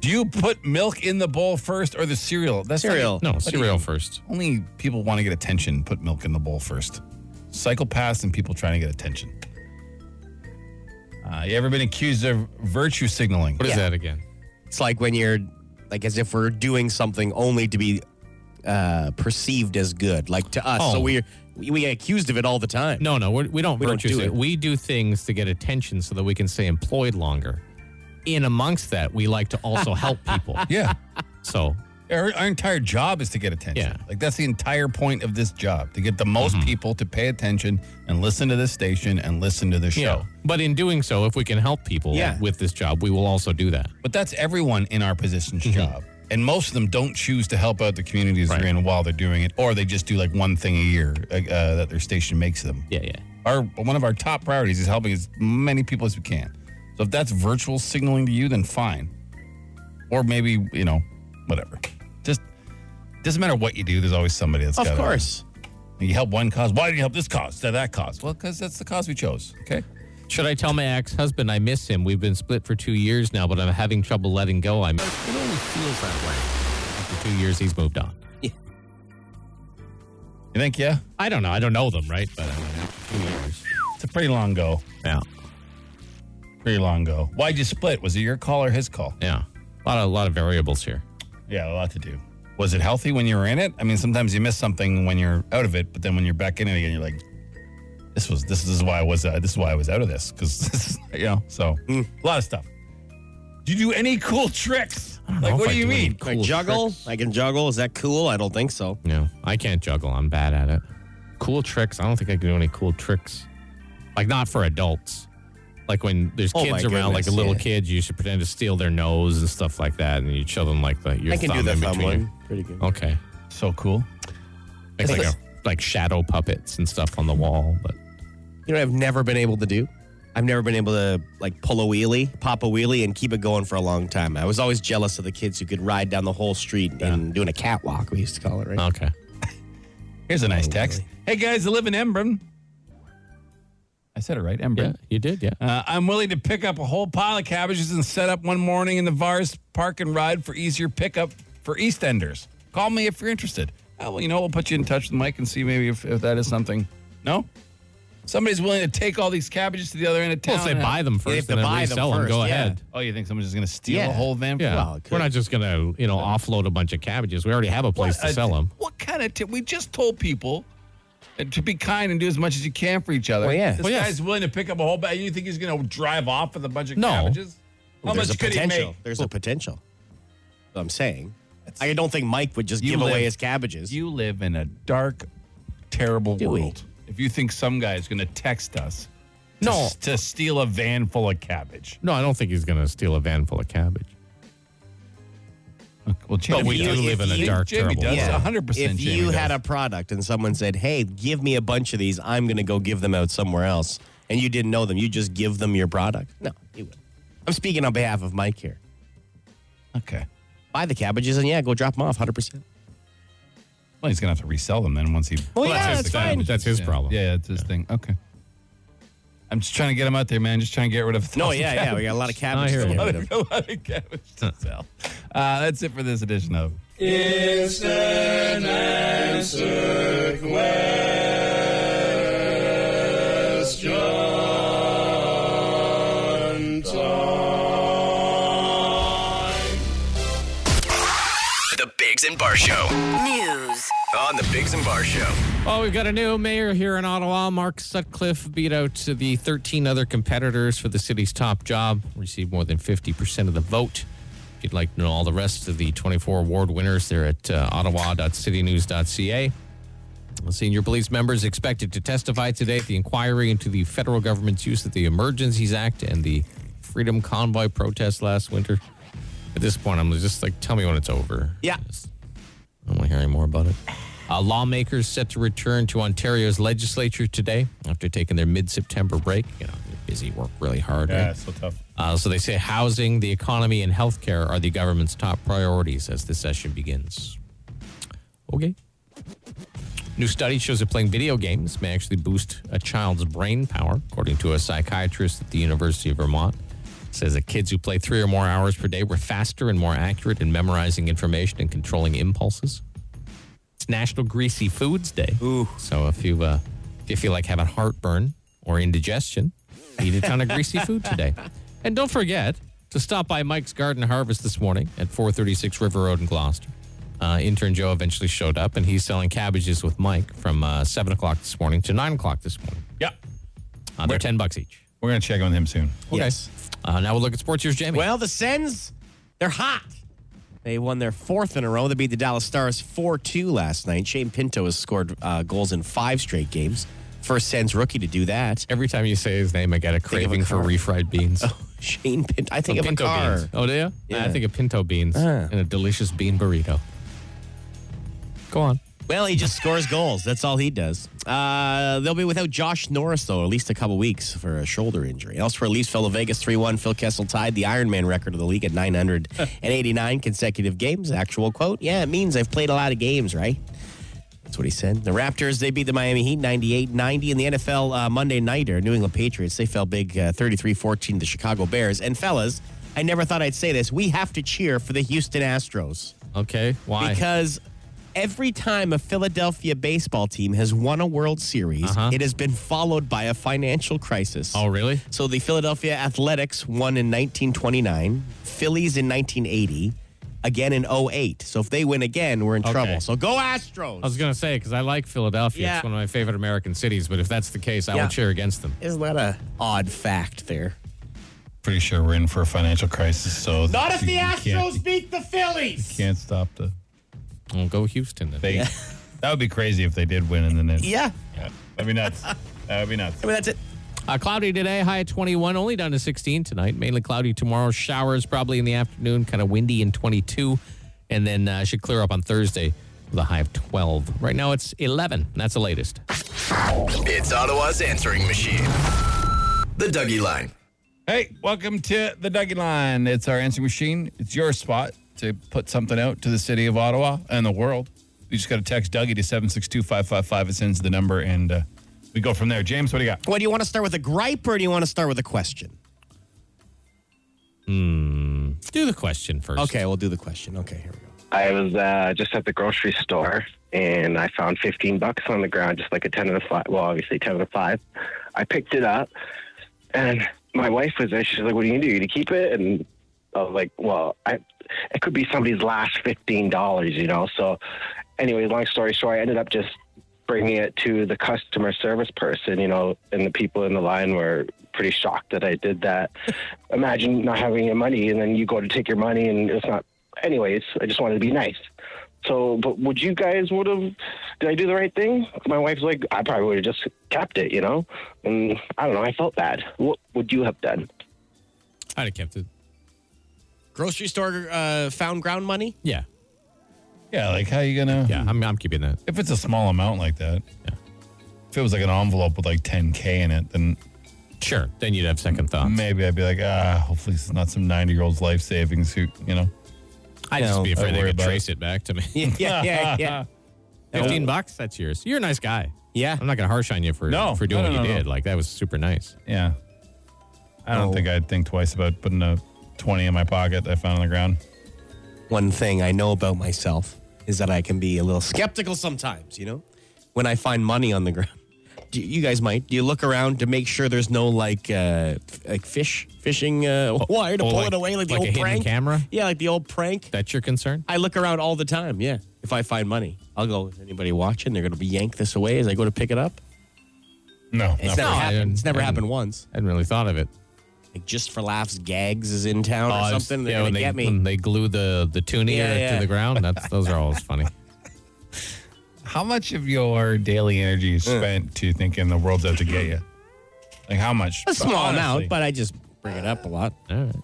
Speaker 2: do you put milk in the bowl first or the cereal? That's like-
Speaker 4: Cereal.
Speaker 3: No,
Speaker 2: What do you-
Speaker 3: cereal first.
Speaker 2: only people want to get attention. Put milk in the bowl first. Psychopaths and people trying to get attention. Uh, you ever been accused of virtue signaling?
Speaker 3: What is that again?
Speaker 4: It's like when you're like as if we're doing something only to be uh perceived as good, like to us.
Speaker 3: Oh.
Speaker 4: So we're we we get accused of it all the time.
Speaker 3: No, no, we're, we don't
Speaker 4: We don't
Speaker 3: virtue
Speaker 4: do
Speaker 3: sig-
Speaker 4: it.
Speaker 3: We do things to get attention so that we can stay employed longer. In amongst that, we like to also help people.
Speaker 2: Yeah.
Speaker 3: So,
Speaker 2: Our, our entire job is to get attention.
Speaker 3: Yeah. Mm-hmm.
Speaker 2: Like that's the entire point of this job to get the most people to pay attention and listen to this station and listen to this show.
Speaker 3: you know, but in doing so, if we can help people
Speaker 4: Yeah.
Speaker 3: with this job, we will also do that. Mm-hmm.
Speaker 2: But that's everyone in our position's job. And most of them don't choose to help out the communities they're in while they're doing it, or they just do like one thing a year uh, uh, that their station makes them.
Speaker 3: Yeah, yeah.
Speaker 2: Our one of our top priorities is helping as many people as we can. So if that's virtual signaling to you, then fine. Or maybe you know, whatever. Just doesn't matter what you do. There's always somebody that's
Speaker 4: Of
Speaker 2: got a-
Speaker 4: course.
Speaker 2: You help one cause. Why did you help this cause? That that cause? Well, because that's the cause we chose. Okay.
Speaker 3: Should I tell my ex husband I miss him? We've been split for two years now, but I'm having trouble letting go. I'm. It only feels that way. After two years, he's moved on.
Speaker 2: You think? Yeah.
Speaker 3: I don't know. I don't know them, right? But I mean, after two years.
Speaker 2: It's a pretty long go.
Speaker 3: Yeah.
Speaker 2: Pretty long go. Why'd you split? Was it your call or his call?
Speaker 3: Yeah. A lot of, a lot of variables here.
Speaker 2: Yeah, a lot to do. Was it healthy when you were in it? I mean, sometimes you miss something when you're out of it, but then when you're back in it again, you're like, this was this is why I was uh, this is why I was out of this because you know so
Speaker 3: Hmm.
Speaker 2: a lot of stuff. Do you do any cool tricks? Like
Speaker 3: know
Speaker 2: what do
Speaker 3: if I
Speaker 2: you
Speaker 3: do any
Speaker 2: mean?
Speaker 4: I juggle. I can juggle. Is that cool? I don't think so.
Speaker 3: No, I can't juggle. I'm bad at it. Cool tricks. I don't think I can do any cool tricks. Like not for adults. Like when there's
Speaker 4: Oh,
Speaker 3: kids
Speaker 4: my
Speaker 3: around, like
Speaker 4: goodness,
Speaker 3: a little
Speaker 4: yeah.
Speaker 3: kids, you should pretend to steal their nose and stuff like that, and you show them like the, your
Speaker 4: I can
Speaker 3: thumb
Speaker 4: do the
Speaker 3: in
Speaker 4: thumb
Speaker 3: between.
Speaker 4: one. Pretty good.
Speaker 3: your- Okay,
Speaker 2: So cool.
Speaker 3: Make like
Speaker 4: It's-
Speaker 3: a, like shadow puppets and stuff on the wall. But
Speaker 4: You know, what I've never been able to do. I've never been able to like pull a wheelie, pop a wheelie, and keep it going for a long time. I was always jealous of the kids who could ride down the whole street and doing a catwalk. We used to call it, right?
Speaker 3: okay,
Speaker 2: Here's a nice
Speaker 3: Oh,
Speaker 2: text. Hey guys, I live in Embrun. I said it right, Embrun.
Speaker 3: yeah, you did, yeah.
Speaker 2: Uh, I'm willing to pick up a whole pile of cabbages and set up one morning in the VARS park and ride for easier pickup for EastEnders. Call me if you're interested. Oh, well, you know, we'll put you in touch with Mike and see maybe if, if that is something. No? Somebody's willing to take all these cabbages to the other end of town.
Speaker 3: Well, if they
Speaker 2: and-
Speaker 3: buy them
Speaker 4: have
Speaker 3: first,
Speaker 4: to
Speaker 3: and then
Speaker 4: buy them
Speaker 3: resell them.
Speaker 4: first,
Speaker 3: Go
Speaker 4: yeah.
Speaker 3: ahead.
Speaker 2: Oh, you think someone's just going to steal
Speaker 4: Yeah.
Speaker 2: the whole van?
Speaker 3: Yeah,
Speaker 4: Well, it could-
Speaker 3: we're not just gonna you know offload a bunch of cabbages. We already have a place to
Speaker 2: What
Speaker 3: sell
Speaker 2: a-
Speaker 3: them.
Speaker 2: What kind of tip? We just told people uh, to be kind and do as much as you can for each other.
Speaker 4: Well, yeah.
Speaker 2: This
Speaker 4: Well,
Speaker 3: yes.
Speaker 2: guy's willing to pick up a whole bag. You think he's going to drive off with a bunch of
Speaker 3: No.
Speaker 2: cabbages? How
Speaker 4: There's
Speaker 2: much
Speaker 4: a
Speaker 2: could he
Speaker 4: potential.
Speaker 2: make?
Speaker 4: There's a potential. That's what I'm saying. I don't think Mike would just
Speaker 2: You
Speaker 4: give
Speaker 2: live-
Speaker 4: away his cabbages.
Speaker 2: You live in a dark, terrible
Speaker 4: Do we?
Speaker 2: world. If you think some guy is going to text us to,
Speaker 3: No.
Speaker 2: s- to steal a van full of cabbage,
Speaker 3: No, I don't think he's gonna steal a van full of cabbage.
Speaker 2: well,
Speaker 3: But we do live in a dark,
Speaker 2: Jamie
Speaker 3: terrible
Speaker 2: does
Speaker 3: world.
Speaker 2: 100%.
Speaker 4: If
Speaker 2: Jamie
Speaker 4: you
Speaker 2: does.
Speaker 4: had a product and someone said, "Hey, give me a bunch of these. I'm going to go give them out somewhere else," and you didn't know them, you just give them your product. No, you would. I'm speaking on behalf of Mike here.
Speaker 2: okay,
Speaker 4: Buy the cabbages and yeah, go drop them off. Hundred percent.
Speaker 2: well, he's going to have to resell them then once he.
Speaker 4: Well,
Speaker 3: Well,
Speaker 4: yeah,
Speaker 3: that's
Speaker 4: that's
Speaker 3: his
Speaker 4: fine.
Speaker 3: family. That's his
Speaker 2: Yeah.
Speaker 3: problem.
Speaker 2: Yeah, that's his thing. Okay. I'm just trying to get him out there, man. Just trying to get rid of. a
Speaker 4: No,
Speaker 2: thousand
Speaker 4: yeah, yeah. We got a lot of
Speaker 3: Oh, I
Speaker 4: cabbages.
Speaker 3: hear
Speaker 4: to
Speaker 3: you.
Speaker 4: get rid of.
Speaker 2: a lot of cabbage to sell. Uh, that's it for this edition of.
Speaker 1: The Bigs and Bar Show.
Speaker 5: News.
Speaker 1: On the Bigs and Bar Show.
Speaker 3: Oh, we've got a new mayor here in Ottawa. Mark Sutcliffe beat out to the 13 other competitors for the city's top job, received more than 50% of the vote. If you'd like to know all the rest of the 24 award winners, they're at uh, ottawa.citynews.ca. Senior police members expected to testify today at the inquiry into the federal government's use of the Emergencies Act and the Freedom Convoy protest last winter. At this point, I'm just like, tell me when it's over.
Speaker 4: Yeah.
Speaker 3: Just- I don't want to hear any more about it. Uh, lawmakers set to return to Ontario's legislature today after taking their mid-September break. You know, they're busy, work really hard. right?
Speaker 2: so tough.
Speaker 3: Uh, so they say housing, the economy, and healthcare are the government's top priorities as the session begins. Okay. New study shows that playing video games may actually boost a child's brain power, according to a psychiatrist at the University of Vermont. Says that kids who play three or more hours per day were faster and more accurate in memorizing information and controlling impulses. It's National Greasy Foods Day. Ooh. So if you uh, if you feel like having heartburn or indigestion, eat a ton of greasy food today. And don't forget to stop by Mike's Garden Harvest this morning at 436 River Road in Gloucester. Uh, intern Joe eventually showed up, and he's selling cabbages with Mike from uh, seven o'clock this morning to nine o'clock this morning.
Speaker 2: Yeah,
Speaker 3: Uh, they're ten bucks each.
Speaker 2: we're gonna check on him soon.
Speaker 4: Yes.
Speaker 3: Uh, now we'll look at sports. Here's Jamie.
Speaker 4: Well, the Sens, they're hot. They won their fourth in a row. They beat the Dallas Stars 4 2 last night. Shane Pinto has scored uh, goals in five straight games. First Sens rookie to do that.
Speaker 3: every time you say his name, I get a
Speaker 4: of a
Speaker 3: craving for
Speaker 4: car.
Speaker 3: refried beans.
Speaker 4: Shane Pinto. I think of
Speaker 3: pinto
Speaker 4: a car.
Speaker 3: beans. Oh, do you?
Speaker 4: Yeah. Uh.
Speaker 3: I think of pinto beans and a delicious bean burrito. Go on.
Speaker 4: Well, he just scores goals. That's all he does. Uh, they'll be without Josh Norris, though, at least a couple weeks for a shoulder injury. Elsewhere, Leafs fell to Vegas 3 1. Phil Kessel tied the Ironman record of the league at 989 consecutive games. Actual quote Yeah, it means I've played a lot of games, right? That's what he said. The Raptors, they beat the Miami Heat 98 90. In the NFL uh, Monday Nighter, New England Patriots, they fell big 33 14 to the Chicago Bears. And fellas, I never thought I'd say this. We have to cheer for the Houston Astros
Speaker 3: Okay. Why?
Speaker 4: because every time a Philadelphia baseball team has won a World Series,
Speaker 3: Uh-huh.
Speaker 4: it has been followed by a financial crisis.
Speaker 3: oh, really?
Speaker 4: So the Philadelphia Athletics won in 1929, Phillies in 1980, again in 08. So if they win again, we're in
Speaker 3: Okay.
Speaker 4: trouble. So go
Speaker 3: I was
Speaker 4: Astros.
Speaker 3: going to say, because I like Philadelphia.
Speaker 4: Yeah.
Speaker 3: It's one of my favorite American cities, but if that's the case, I
Speaker 4: Yeah.
Speaker 3: will cheer against them.
Speaker 4: Isn't that a odd fact there?
Speaker 2: Pretty sure we're in for a financial crisis. So
Speaker 4: Not if
Speaker 2: you-
Speaker 4: the
Speaker 2: you can't-
Speaker 4: Astros beat the Phillies.
Speaker 2: can't stop the.
Speaker 3: I'll go Houston then.
Speaker 2: They, That would be crazy if they did win and then it.
Speaker 4: Yeah.
Speaker 2: yeah. That'd be nuts. that would be nuts.
Speaker 4: I mean, that's it.
Speaker 3: Uh, cloudy today, high at 21, only down to 16 tonight. Mainly cloudy tomorrow. Showers probably in the afternoon, kind of windy in 22. And then uh, should clear up on Thursday with a high of 12. Right now it's 11. That's the latest.
Speaker 1: It's Ottawa's answering machine. The Dougie Line.
Speaker 2: Hey, welcome to the Dougie Line. It's our answering machine. It's your spot to put something out to the city of Ottawa and the world. You just got to text Dougie to 762 555. It sends the number and uh, we go from there. James, what do you got?
Speaker 4: What do you want to start with a gripe or do you want to start with a question?
Speaker 3: Do the question first.
Speaker 4: Okay, we'll do the question. Okay, here we go.
Speaker 8: I was uh, just at the grocery store and I found 15 bucks on the ground, just like a 10 and a 5. Well, obviously 10 and a 5. I picked it up and my wife was there. She's like, What are you going to do? You going to keep it? And I was like, Well, I, it could be somebody's last $15, you know? So, anyway, long story short, I ended up just bringing it to the customer service person, you know, and the people in the line were pretty shocked that I did that. Imagine not having your money and then you go to take your money and it's not. Anyways, I just wanted to be nice. So, but would you guys would have? Did I do the right thing? My wife's like, I probably would have just kept it, you know. And I don't know. I felt bad. What would you have done?
Speaker 3: I'd have kept it.
Speaker 4: Grocery store uh, found ground money?
Speaker 3: Yeah.
Speaker 2: Yeah, like how you going to.
Speaker 3: Yeah. I'm, I'm keeping that.
Speaker 2: If it's a small amount like that,
Speaker 3: Yeah.
Speaker 2: if it was like an envelope with like 10K in it, then
Speaker 3: Sure. Then you'd have second thoughts.
Speaker 2: maybe I'd be like, ah, hopefully it's not some 90 year old's life savings who, you know.
Speaker 3: I'd
Speaker 2: you know,
Speaker 3: just be
Speaker 2: I'd
Speaker 3: afraid they
Speaker 2: worry
Speaker 3: could
Speaker 2: about
Speaker 3: trace it back to me.
Speaker 4: yeah, yeah, yeah.
Speaker 3: 15 bucks? That's yours. You're a nice guy.
Speaker 4: Yeah.
Speaker 3: I'm not going to harsh on you for,
Speaker 2: No,
Speaker 3: for doing
Speaker 2: no, no,
Speaker 3: what you
Speaker 2: no, no.
Speaker 3: did. Like, that was super nice.
Speaker 2: Yeah. I don't
Speaker 4: Oh.
Speaker 2: think I'd think twice about putting a 20 in my pocket that I found on the ground.
Speaker 4: One thing I know about myself is that I can be a little skeptical sometimes, you know? When I find money on the ground. Do you you guys might. Do you look around to make sure there's no like uh f- like fish fishing uh wire to
Speaker 3: oh,
Speaker 4: pull
Speaker 3: like-
Speaker 4: it away like the
Speaker 3: like a
Speaker 4: old
Speaker 3: hidden
Speaker 4: prank
Speaker 3: camera?
Speaker 4: Yeah, like the old prank.
Speaker 3: That's your concern?
Speaker 4: I look around all the time, yeah. If I find money, I'll go, is anybody watching? They're gonna be yank this away as I go to pick it up.
Speaker 2: No.
Speaker 4: It's never
Speaker 3: really. I
Speaker 4: happened.
Speaker 3: didn't-
Speaker 4: It's never
Speaker 3: I didn't-
Speaker 4: happened once.
Speaker 3: I hadn't really thought of it.
Speaker 4: Like just for laughs, gags is in town
Speaker 3: Oh,
Speaker 4: or
Speaker 3: I was-
Speaker 4: something. They're
Speaker 3: yeah,
Speaker 4: gonna
Speaker 3: when they,
Speaker 4: get me.
Speaker 3: When they glue the the tune ear
Speaker 4: Yeah, yeah.
Speaker 3: to the ground. That's those are always funny.
Speaker 2: How much of your daily energy is spent to thinking the world's out to get you? Like how much?
Speaker 4: a small
Speaker 2: Honestly.
Speaker 4: amount, but I just bring it up a lot.
Speaker 3: All right.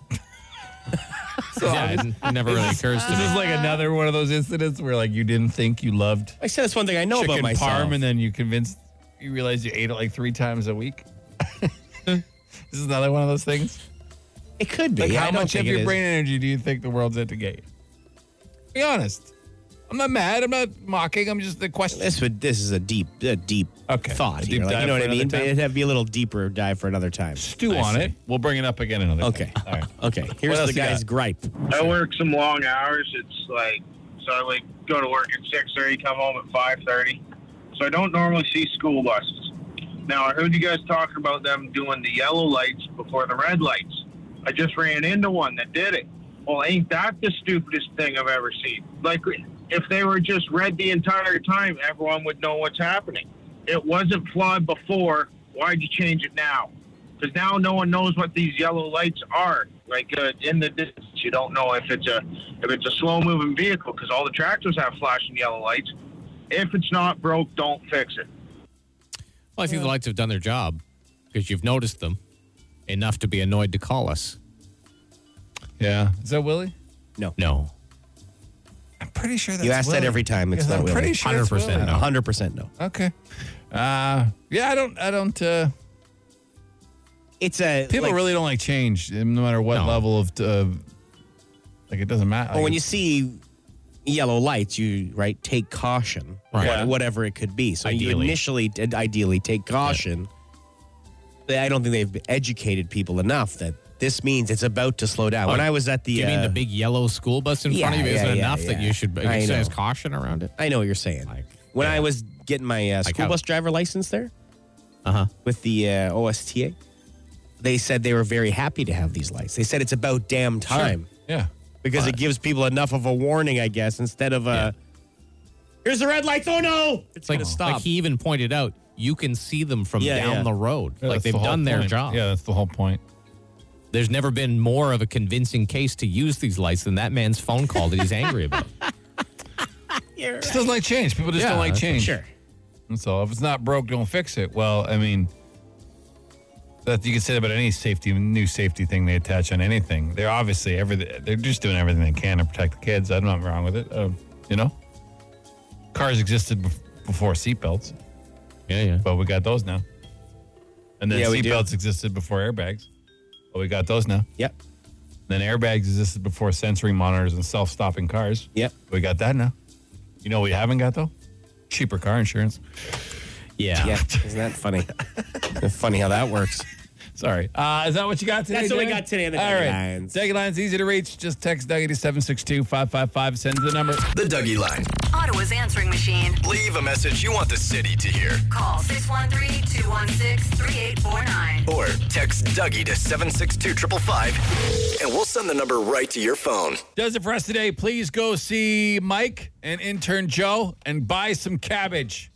Speaker 3: yeah, it n- never really occurs to
Speaker 2: This is
Speaker 3: me.
Speaker 2: like another one of those incidents where like you didn't think you loved
Speaker 4: I said that's one thing I know about
Speaker 2: chicken
Speaker 4: myself.
Speaker 2: parm, and then you convinced you realized you ate it like three times a week. this is another one of those things.
Speaker 4: it could be.
Speaker 2: Like
Speaker 4: I
Speaker 2: how
Speaker 4: don't
Speaker 2: much of
Speaker 4: think it
Speaker 2: your
Speaker 4: is.
Speaker 2: brain energy do you think the world's out to get you? Be honest. I'm not mad. I'm not mocking. I'm just the question.
Speaker 4: This would. This is a deep, a deep
Speaker 2: Okay.
Speaker 4: thought.
Speaker 2: A
Speaker 4: here.
Speaker 2: deep
Speaker 4: Like,
Speaker 2: dive
Speaker 4: you know
Speaker 2: for
Speaker 4: what I
Speaker 2: another
Speaker 4: mean? But
Speaker 2: time?
Speaker 4: it'd have to be a little deeper dive for another time.
Speaker 2: stew on it. We'll bring it up again another time.
Speaker 4: Okay.
Speaker 2: All right.
Speaker 4: Okay. Here's
Speaker 2: else
Speaker 4: the
Speaker 2: you got?
Speaker 4: guy's gripe.
Speaker 6: I work some long hours. It's like so I like go to work at six thirty, come home at five thirty. So I don't normally see school buses. Now I heard you guys talking about them doing the yellow lights before the red lights. I just ran into one that did it. Well, ain't that the stupidest thing I've ever seen? Like if they were just red the entire time, everyone would know what's happening. It wasn't flawed before. Why'd you change it now? because now no one knows what these yellow lights are. Like uh, in the distance, you don't know if it's a if it's a slow moving vehicle because all the tractors have flashing yellow lights. If it's not broke, don't fix it.
Speaker 3: Well, I think the lights have done their job because you've noticed them enough to be annoyed to call us.
Speaker 2: Yeah. Is that Willie?
Speaker 3: No,
Speaker 2: I'm pretty sure that's
Speaker 4: You ask that
Speaker 2: Willie.
Speaker 4: every time. It's
Speaker 2: Yeah,
Speaker 4: not
Speaker 2: I'm
Speaker 4: really.
Speaker 2: pretty sure it's
Speaker 3: 100%
Speaker 2: Willie.
Speaker 3: no.
Speaker 4: hundred percent no.
Speaker 2: Okay. Uh, yeah, I don't. I don't. Uh,
Speaker 4: It's a
Speaker 2: people
Speaker 4: like,
Speaker 2: really don't like change, um, no matter what
Speaker 3: No.
Speaker 2: level of. Uh, like it doesn't matter.
Speaker 4: But when you see yellow lights, you right take caution,
Speaker 3: Right.
Speaker 4: wha-
Speaker 3: Yeah.
Speaker 4: whatever it could be. So you
Speaker 3: Ideally.
Speaker 4: initially, did ideally, take caution. They- I don't think they've educated people enough that this means it's about to slow down. When
Speaker 3: Oh,
Speaker 4: I was at the,
Speaker 3: you mean
Speaker 4: uh,
Speaker 3: the big yellow school bus in front of
Speaker 4: Yeah,
Speaker 3: you isn't
Speaker 4: yeah, yeah,
Speaker 3: enough that
Speaker 4: yeah.
Speaker 3: you should
Speaker 4: I
Speaker 3: exercise
Speaker 4: know.
Speaker 3: caution around it?
Speaker 4: I know what you're saying.
Speaker 3: Like,
Speaker 4: when
Speaker 3: yeah.
Speaker 4: I was getting my uh, school
Speaker 3: how-
Speaker 4: bus driver license there
Speaker 3: Uh huh.
Speaker 4: with the uh, OSTA, they said they were very happy to have these lights. They said it's about damn time.
Speaker 2: yeah,
Speaker 4: because it gives people enough of a warning, I guess, instead of a. Here's the red lights. Oh no! It's
Speaker 3: like,
Speaker 4: gonna stop.
Speaker 3: like he even pointed out, you can see them from
Speaker 4: Yeah,
Speaker 3: down
Speaker 4: yeah.
Speaker 3: the road.
Speaker 2: Yeah,
Speaker 3: like
Speaker 2: that's
Speaker 3: they've
Speaker 2: the whole
Speaker 3: done their
Speaker 2: point.
Speaker 3: job.
Speaker 2: Yeah, that's the whole point.
Speaker 3: There's never been more of a convincing case to use these lights than that man's phone call that he's angry about.
Speaker 2: Just doesn't like change. People just
Speaker 3: Yeah,
Speaker 2: don't like
Speaker 3: that's-
Speaker 2: change.
Speaker 4: sure.
Speaker 2: And so if it's not broke, don't fix it. Well, I mean, that you can say that about any safety, new safety thing they attach on anything. They're obviously every, they're just doing everything they can to protect the kids. I'm not wrong with it. Um, you know, cars existed bef- before seatbelts,
Speaker 3: Yeah, yeah.
Speaker 2: but we got those now. And then
Speaker 4: Yeah, we do.
Speaker 2: seatbelts existed before airbags, but we got those now.
Speaker 4: Yep.
Speaker 2: Then airbags existed before sensory monitors and self-stopping cars.
Speaker 4: Yep.
Speaker 2: We got that now. You know what we haven't got though? Cheaper car insurance.
Speaker 3: Yeah.
Speaker 4: Yeah. Isn't that funny? funny how that works.
Speaker 2: Sorry. Uh, is that what you got today?
Speaker 4: That's what we
Speaker 2: Doug?
Speaker 4: got today on the
Speaker 2: All
Speaker 4: Dougie
Speaker 2: right.
Speaker 4: Lines.
Speaker 2: Dougie Lines, easy to reach. Just text Dougie to 762 555. Send the number.
Speaker 1: The Dougie Line.
Speaker 5: Ottawa's answering machine.
Speaker 1: Leave a message you want the city to hear.
Speaker 5: Call 613 216 3849.
Speaker 1: Or text Dougie to 762 555 and we'll send the number right to your phone.
Speaker 2: Does it for us today. Please go see Mike and intern Joe and buy some cabbage.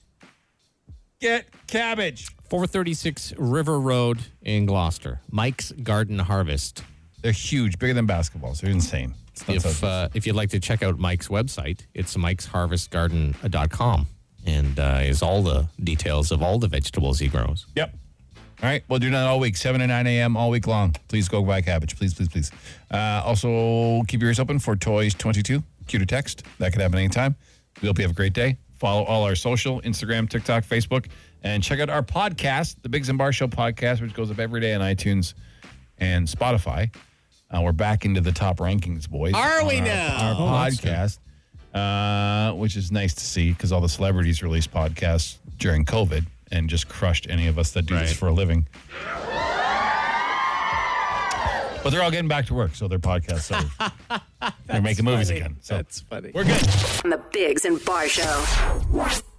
Speaker 2: Get cabbage.
Speaker 3: 436 River Road in Gloucester. Mike's Garden Harvest.
Speaker 2: They're huge, bigger than basketballs. They're insane. It's not
Speaker 3: if
Speaker 2: so-
Speaker 3: uh, if you'd like to check out Mike's website, it's mikesharvestgarden.com and uh, is all the details of all the vegetables he grows.
Speaker 2: Yep. All right. We'll do that all week, 7 to 9 a.m. all week long. Please go buy cabbage. Please, please, please. Uh, also, keep your ears open for Toys 22. Cue to text. That could happen anytime. We hope you have a great day. Follow all our social Instagram, TikTok, Facebook, and check out our podcast, the Biggs and Bar Show podcast, which goes up every day on iTunes and Spotify. Uh, we're back into the top rankings, boys.
Speaker 4: Are
Speaker 2: on
Speaker 4: we
Speaker 2: our-
Speaker 4: now?
Speaker 2: Our podcast, uh, which is nice to see because all the celebrities released podcasts during COVID and just crushed any of us that do this for a living. But they're all getting back to work, so their podcasts are. they're making movies again. So
Speaker 4: That's funny.
Speaker 2: we're good.
Speaker 5: On the Bigs and Bar Show.